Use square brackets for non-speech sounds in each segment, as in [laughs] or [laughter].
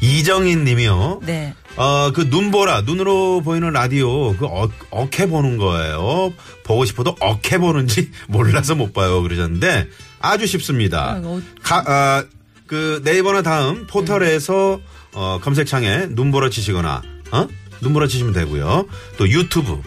이정인 님이요. 네. 어, 그 눈보라, 눈으로 보이는 라디오, 그 어, 어케 보는 거예요. 보고 싶어도 어케 보는지 [laughs] 몰라서 못 봐요. 그러셨는데 아주 쉽습니다. 아이고. 어. 가, 아, 그 네이버나 다음 포털에서 어, 검색창에 눈보라 치시거나, 어? 눈보라 치시면 되고요. 또 유튜브,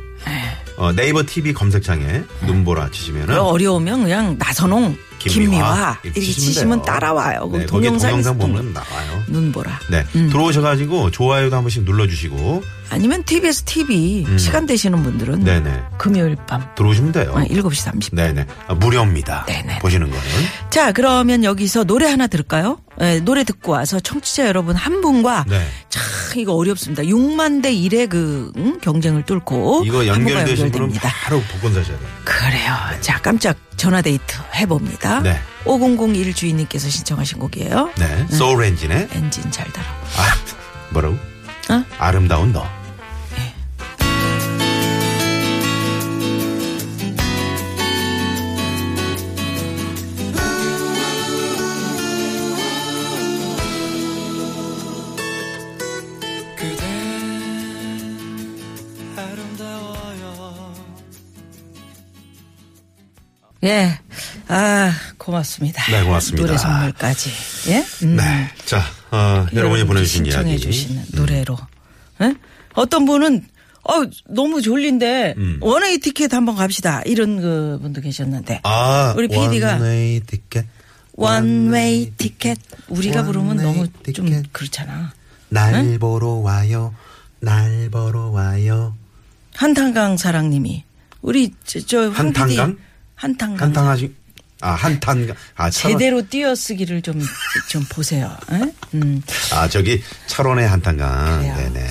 어, 네이버 TV 검색창에 눈보라 치시면은 그럼 어려우면 그냥 나선홍, 김미화, 이렇게 치시면, 돼요. 따라와요. 그럼 네, 거기에 동영상 음. 동영상 있을 텐데. 보면 나와요. 눈보라. 네. 들어오셔가지고 좋아요도 한 번씩 눌러주시고. 아니면 TBS TV 시간 되시는 분들은 음. 네네. 금요일 밤 들어오시면 돼요. 아, 7시 30분. 네네. 아, 무료입니다. 네네. 보시는 거는. 자, 그러면 여기서 노래 하나 들을까요? 네, 노래 듣고 와서 청취자 여러분 한 분과 네. 참 이거 어렵습니다. 6만 대 1의 그 응? 경쟁을 뚫고 이거 한 분과 연결되신 분은 어, 연결됩니다. 바로 복권 사셔야 돼요. 그래요. 자, 깜짝 전화 데이트 해봅니다. 네. 5001 주인님께서 신청하신 곡이에요. 네. 소울 엔진의, 엔진 잘 달아. 아, 뭐라고? 어? 아름다운 너. 그대 아름다워요 예. 아, 고맙습니다. 네, 고맙습니다. 노래 선물까지. 예? 음. 네. 자, 어, 여러분이 보내주신 신청해 이야기. 주시는 노래로. 예? 어떤 분은 어, 너무 졸린데 음. 원웨이 티켓 한번 갑시다. 이런 그 분도 계셨는데. 아, 우리 PD가 원웨이 티켓. 원웨이 티켓 우리가 부르면 원웨이 너무 좀 티켓. 그렇잖아. 날 보러 와요. 날 보러 와요. 한탄강 사랑님이 우리 저황 PD 한탄강? 한탄강 한탕하시 아, 한탄 아, 차원. 제대로 띄어쓰기를 좀 좀 보세요. 응? 음. 아, 저기 철원의 한탄강. 그래요. 네, 네.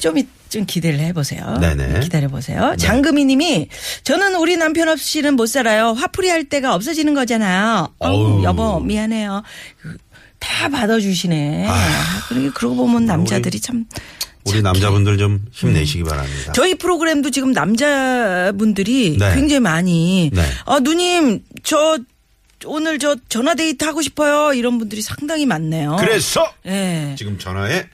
좀, 이- 좀 기대를 해보세요. 네네. 기다려보세요. 장금희 님이 저는 우리 남편 없이는 못 살아요. 화풀이 할 때가 없어지는 거잖아요. 어우, 어우. 여보, 미안해요. 그, 다 받아주시네. 그러게 그러고 보면 남자들이 참. 우리 남자분들 좀 힘내시기 음. 바랍니다. 저희 프로그램도 지금 남자분들이 네. 굉장히 많이. 네. 아, 누님, 저 오늘 저 전화데이트 하고 싶어요. 이런 분들이 상당히 많네요. 그래서 예. 지금 전화에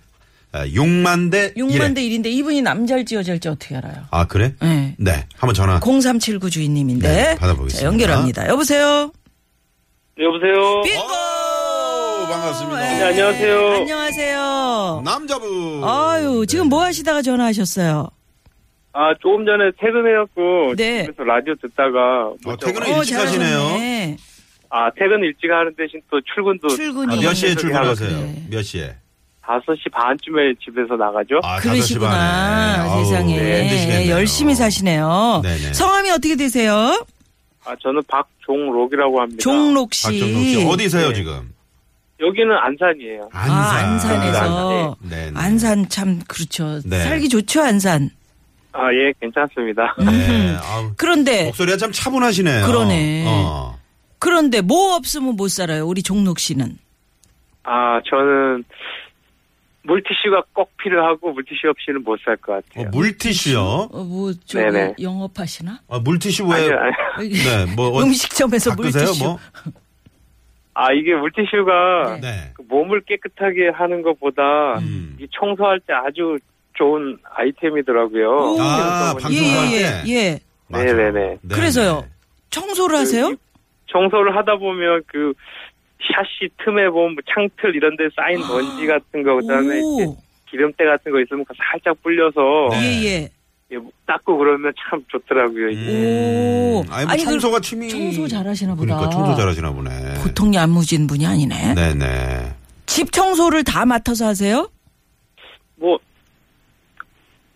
아, 6만 대 6만 1에. 대 1인데 이분이 남자일지 여자일지 어떻게 알아요? 아, 그래? 네. 한번 전화. 0379 주인님인데 네, 받아보겠습니다. 자, 연결합니다. 여보세요. 네, 여보세요. 빙고. 오, 반갑습니다. 네, 안녕하세요. 안녕하세요. 남자분. 아유 지금 뭐 하시다가 전화하셨어요? 아, 조금 전에 퇴근해갖고 네. 집에서 라디오 듣다가 어, 문자 퇴근을 와- 일찍 하시네요. 잘하셨네. 아, 퇴근 일찍 하는 대신 또 출근도 출근이. 네. 아, 몇 시에 저기 출근하세요? 그래. 몇 시에? 5시 반쯤에 집에서 나가죠. 아, 다섯 시 반에. 그러시구나 아우, 어, 세상에 예, 네, 힘드시겠네요. 열심히 사시네요. 네네. 성함이 어떻게 되세요? 아, 저는 박종록이라고 합니다. 종록 씨. 박정록 씨 어디세요 네. 지금? 여기는 안산이에요. 안산. 아 안산에서 네, 네. 안산 참 그렇죠. 네. 살기 좋죠 안산. 아, 예, 괜찮습니다. 네. 아우, 그런데 목소리가 참 차분하시네요. 음. 그러네. 어. 그런데 뭐 없으면 못 살아요 우리 종록 씨는. 아, 저는 물티슈가 꼭 필요하고 물티슈 없이는 못 살 것 어, 같아요. 물티슈요? 어, 뭐, 저, 네네. 영업하시나? 아, 물티슈 왜? 아니요, 아니요. 네, 뭐 어, 음식점에서 닦으세요, 물티슈. 뭐? 아, 이게 물티슈가 네. 그 몸을 깨끗하게 하는 것보다 음. 이 청소할 때 아주 좋은 아이템이더라고요. 오. 아, 그래서 방송- 방송할 예, 때. 예, 예. 맞아요. 네네네. 네, 그래서요. 네. 청소를 하세요? 그 청소를 하다 보면 그 샤시 틈에 보면 뭐 창틀 이런 데 쌓인 먼지 같은 거 그다음에 이렇게 아. 오, 기름때 같은 거 있으면 그거 살짝 불려서 네. 예, 예, 닦고 그러면 참 좋더라고요. 예. 이게. 오. 음. 아니, 뭐 청소가 취미. 청소 잘하시나 보다. 그러니까 청소 잘하시나 보네. 보통 야무진 분이 아니네. 네네. 집 청소를 다 맡아서 하세요? 뭐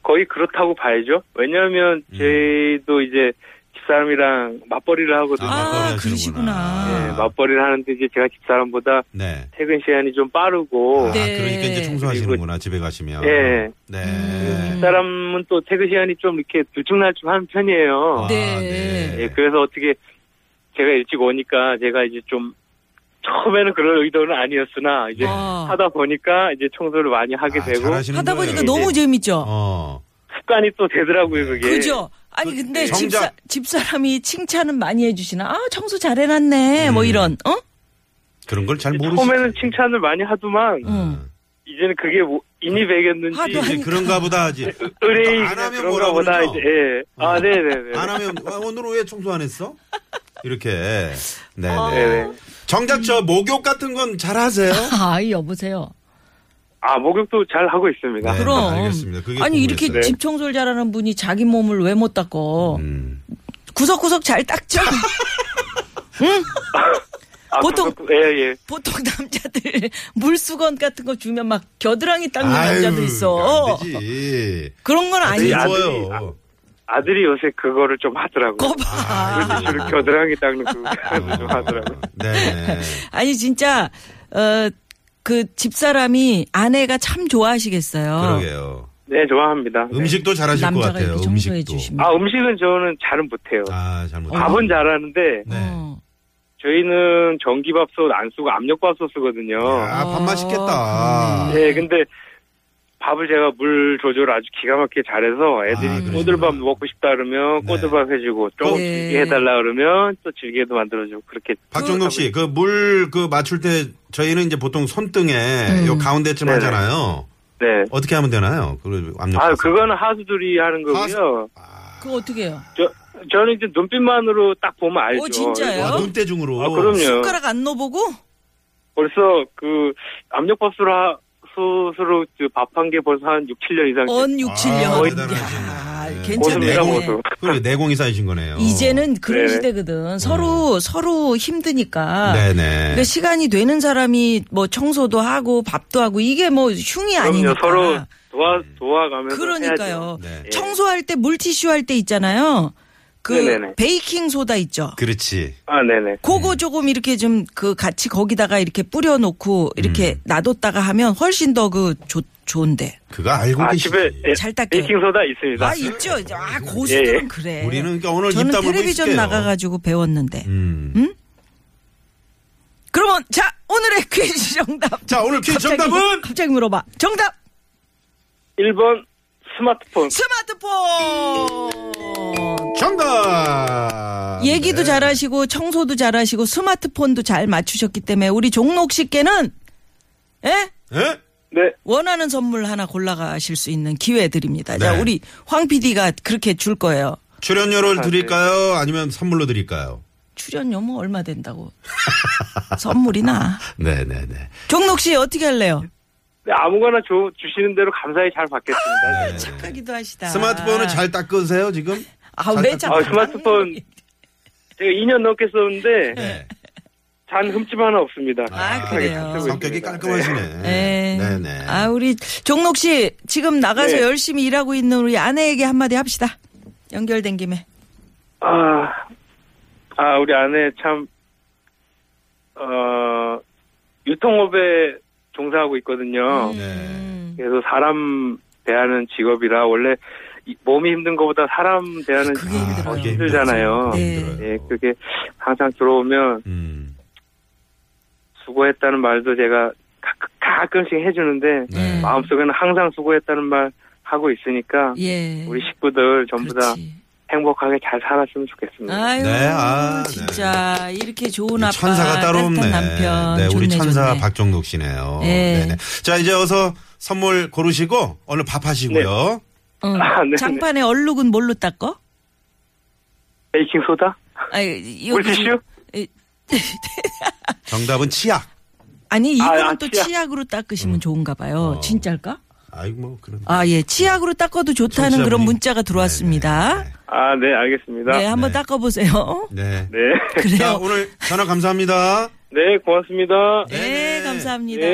거의 그렇다고 봐야죠. 왜냐하면 음. 저희도 이제 집사람이랑 맞벌이를 하거든요. 아, 맞벌이 하시는구나. 그러시구나. 예, 맞벌이를 하는데 이제 제가 집사람보다 네. 퇴근 시간이 좀 빠르고 아, 네. 그러니까 이제 청소하시는구나 집에 가시면. 예. 네. 집사람은 또 퇴근 시간이 좀 이렇게 들쭉날쭉 하는 편이에요. 아, 네. 예, 그래서 어떻게 제가 일찍 오니까 제가 이제 좀 처음에는 그럴 의도는 아니었으나 예. 이제 아. 하다 보니까 이제 청소를 많이 하게 어. 아, 되고 잘하시는 하다 거예요. 보니까 너무 재밌죠? 어. 예. 습관이 또 되더라고요 그게. 그죠? 아니, 근데 집사, 정작- 집사람이 칭찬은 많이 해주시나? 아, 청소 잘해놨네. 뭐 음. 이런, 어? 그런 걸 잘 모르시. 음. 처음에는 칭찬을 많이 하지만 응. 이제는 그게 뭐 인이 배겼는지 하도 하니까. 이제 그런가 보다 하지. 의뢰인 안 하면 그런가 뭐라 보다 그러죠? 이제 예. 아 네네네. 안 하면 아, 오늘 왜 청소 안 했어? 이렇게. 네. 네네. 네. 정작 저 목욕 같은 건 잘하세요? 아, 여보세요. 아 목욕도 잘 하고 있습니다. 네. 그럼. 알겠습니다. 그게 아니 이렇게 궁금했어요. 집 청소를 잘하는 분이 자기 몸을 왜 못 닦어? 음. 구석구석 잘 닦죠. [laughs] 아, 보통- 그렇고- 예 예. 보통 남자들 물수건 같은 거 주면 막 겨드랑이 닦는 아유, 남자들 있어. 안 되지. 그런 건 아니, 아니야. 아들이- 좋아요. 아들이 요새 그거를 좀 하더라고요. 아. 거봐. 물티슈를 겨드랑이 닦는 [laughs] 그거를 아, 좀 하더라고요. 네. 아니 진짜 어 그 집사람이 아내가 참 좋아하시겠어요. 그러게요. 네 좋아합니다. 네. 음식도 잘하실 것 남자가 같아요. 이렇게 청소해 음식도. 주시면. 아 음식은 저는 잘은 못해요. 아, 잘못. 밥은 잘하는데 네. 어. 저희는 전기밥솥 안 쓰고 압력밥솥 쓰거든요. 어. 아, 밥 맛있겠다. 네, 근데 밥을 제가 물 조절 아주 기가 막히게 잘해서 애들이 아, 그러시구나. 꼬들밥 먹고 싶다 그러면 네. 꼬들밥 해주고 조금 네. 질게 해달라 그러면 또 질게도 만들어주고 그렇게 박정록 씨, 그 물 그 맞출 때 저희는 이제 보통 손등에 음. 요 가운데쯤 네네. 하잖아요. 네. 어떻게 하면 되나요? 그 압력. 아, 가서. 그거는 하수들이 하는 거고요. 그거 어떻게 해요? 저, 저는 이제 눈빛만으로 딱 보면 알죠. 어, 진짜요? 아, 눈대중으로. 아, 그럼요. 손가락 안 넣어보고? 벌써 그 압력밥솥으로 하- 솥으로 밥 한 게 벌써 한 6, 7년 이상 언 6, 아, 7년. 아, 대단하시네. 어. 괜찮네. 고수입니다, 네. 고수. 그래 내공이사이신 거네요. 이제는 그런 네. 시대거든. 서로 서로 힘드니까. 음. 네네. 그러니까 시간이 되는 사람이 뭐 청소도 하고 밥도 하고 이게 뭐 흉이 그럼요. 아니니까. 서로 도와 도와가면서 그러니까요. 해야죠. 네. 예. 청소할 때 물티슈 할 때 있잖아요. 그 네네네. 베이킹 소다 있죠. 그렇지. 아, 네네. 그거 조금 이렇게 좀 그 같이 거기다가 이렇게 뿌려놓고 이렇게 음. 놔뒀다가 하면 훨씬 더 그 좋은데. 그거 알고 아, 계시지. 집에 예, 잘 닦여요. 베이킹 소다 있습니다. 아 있죠. 아 예, 고수들은 그래. 예. 그러니까 우리는 그러니까 오늘 입 저는 다물고 텔레비전 있을게요. 나가가지고 배웠는데. 음. 그러면 자 오늘의 [laughs] 퀴즈 정답. 자 오늘 퀴즈 갑자기- 뭐? 정답은 갑자기 물어봐. 정답 1번 스마트폰. 스마트폰. 정답. 네. 얘기도 잘하시고 청소도 잘하시고 스마트폰도 잘 맞추셨기 때문에 우리 종록 씨께는 예? 예? 네. 원하는 선물 하나 골라가실 수 있는 기회 드립니다. 자 네. 우리 황 PD가 그렇게 줄 거예요. 출연료를 드릴까요? 아니면 선물로 드릴까요? 출연료 뭐 얼마 [laughs] 된다고 선물이나 네네네. 종록 씨 어떻게 할래요? 네, 아무거나 줘, 주시는 대로 감사히 잘 아, 받겠습니다. 네. 착하기도 하시다. 네. 스마트폰을 잘 닦으세요 지금? 아왜 자꾸 아, 스마트폰 제가 2년 넘게 썼는데 네. 잔 흠집 하나 없습니다. 아, 그래요. 잘 쓰고 성격이 있습니다. 깔끔하시네. 네. 네네. 아 우리 종록 씨 지금 나가서 네. 열심히 일하고 있는 우리 아내에게 한마디 합시다. 연결된 김에. 아, 아, 우리 아내 참, 어, 유통업에 종사하고 있거든요. 네. 음. 그래서 사람 대하는 직업이라 원래 이- 몸이 힘든 것보다 사람 대하는 그게 직업이 아, 더 힘들어요. 이게 힘들잖아요. 힘들죠. 네. 힘들어요. 예, 그게 항상 들어오면 음. 수고했다는 말도 제가 가- 가끔씩 해주는데 네. 마음속에는 항상 수고했다는 말 하고 있으니까 예. 우리 식구들 전부 다 그렇지. 행복하게 잘 살았으면 좋겠습니다. 아유, 네, 아, 진짜 이렇게 좋은 우리 아빠, 천사가 따로 따뜻한 없네. 남편, 네, 우리 좋네, 천사 좋네. 박종록 씨네요. 네. 네네. 자, 이제 어서 선물 고르시고 오늘 밥 하시고요. 응. 아, 네, 네. 장판에 얼룩은 뭘로 닦어? 베이킹 소다? 아, 여기 물티슈? 정답은 치약. [laughs] 아니 이거는 아, 또 치약. 치약. 으로 닦으시면 좋은가 봐요. 어. 진짜일까? 아이고 뭐 그런. 아, 예. 치약으로 닦아도 좋다는 청취자분이- 그런 문자가 들어왔습니다. 네네네. 아, 네, 알겠습니다. 네, 한번 네. 닦아보세요. 네. 네. [laughs] 자, 그래요. 오늘 전화 감사합니다. 네, 고맙습니다. 네, 네네. 감사합니다.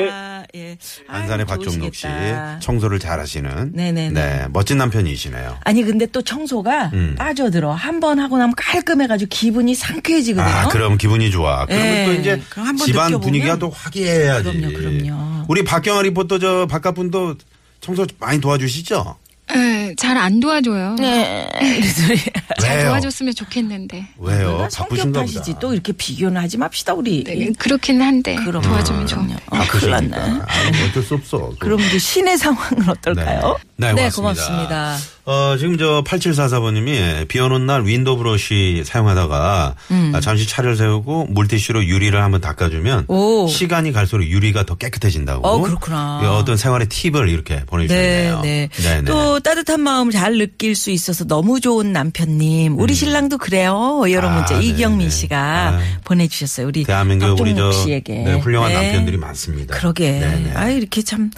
예. 아유, 안산의 박종록 씨 좋으시겠다. 청소를 잘하시는 네네네. 네, 멋진 남편이시네요. 아니 근데 또 청소가 음. 빠져들어 한 번 하고 나면 깔끔해가지고 기분이 상쾌해지거든요. 아, [laughs] 그럼 기분이 좋아. 그러면 예. 또 이제 그럼 한번 집안 느껴보면- 분위기가 또 화기애애하지. 그럼요, 그럼요. 우리 박경아 리포터 저 바깥 분도 청소 많이 도와주시죠? 네, 잘 안 도와줘요. 이 소리. [laughs] 잘 왜요? 도와줬으면 좋겠는데. 왜요? 성격 바쁘신가 탓이지 보다. 또 이렇게 비교는 하지 맙시다 우리. 네, 그렇긴 한데 그럼. 도와주면 아, 좋네요. 어, 큰일 났네. 아, 어쩔 수 없어. 그럼 우리 시내 상황은 어떨까요? 네, 네, 고맙습니다. 고맙습니다. 어, 지금 저 8744번님이 비 오는 날 윈도우 브러쉬 사용하다가 음. 아, 잠시 차를 세우고 물티슈로 유리를 한번 닦아주면 오. 시간이 갈수록 유리가 더 깨끗해진다고. 어, 그렇구나. 예, 어떤 생활의 팁을 이렇게 보내주셨네요. 네, 네네. 네. 또 따뜻한 마음 잘 느낄 수 있어서 너무 좋은 남편님. 우리 신랑도 그래요. 여러 음. 아, 문자 네, 이경민 네. 씨가 아. 보내주셨어요. 우리 대한민국 우리 저 박종욱 씨에게 네, 훌륭한 네. 남편들이 많습니다. 그러게. 네네. 아 이렇게 참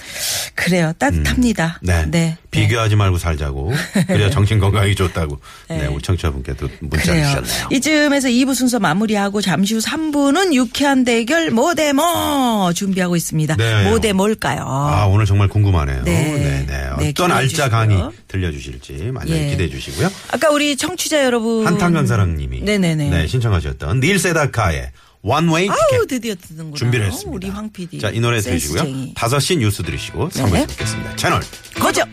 그래요. 따뜻합니다. 네. 네. 비교하지 말고 살자고. [laughs] 그래야 정신 건강이 좋다고. 네. 우리 청취자분께도 문자 를 그래요. 주셨네요. 이쯤에서 2부 순서 마무리하고 잠시 후 3부는 유쾌한 대결 모대모 준비하고 있습니다. 네. 모대 뭘까요? 아, 오늘 정말 궁금하네요. 네. 네, 네, 네. 기대해 어떤 알짜 주시고요. 강의 들려주실지 많이 예. 기대해 주시고요. 아까 우리 청취자 여러분 한탄간사랑님이 네네네. 네, 신청하셨던 닐 세다카의 One Way 아우 Ticket 드디어 듣는구나. 준비를 했습니다. 우리 황 PD. 자, 이 노래 센스쟁이. 들으시고요. 5시 뉴스 들으시고 3부에 네. 뵙겠습니다. 채널 거죠.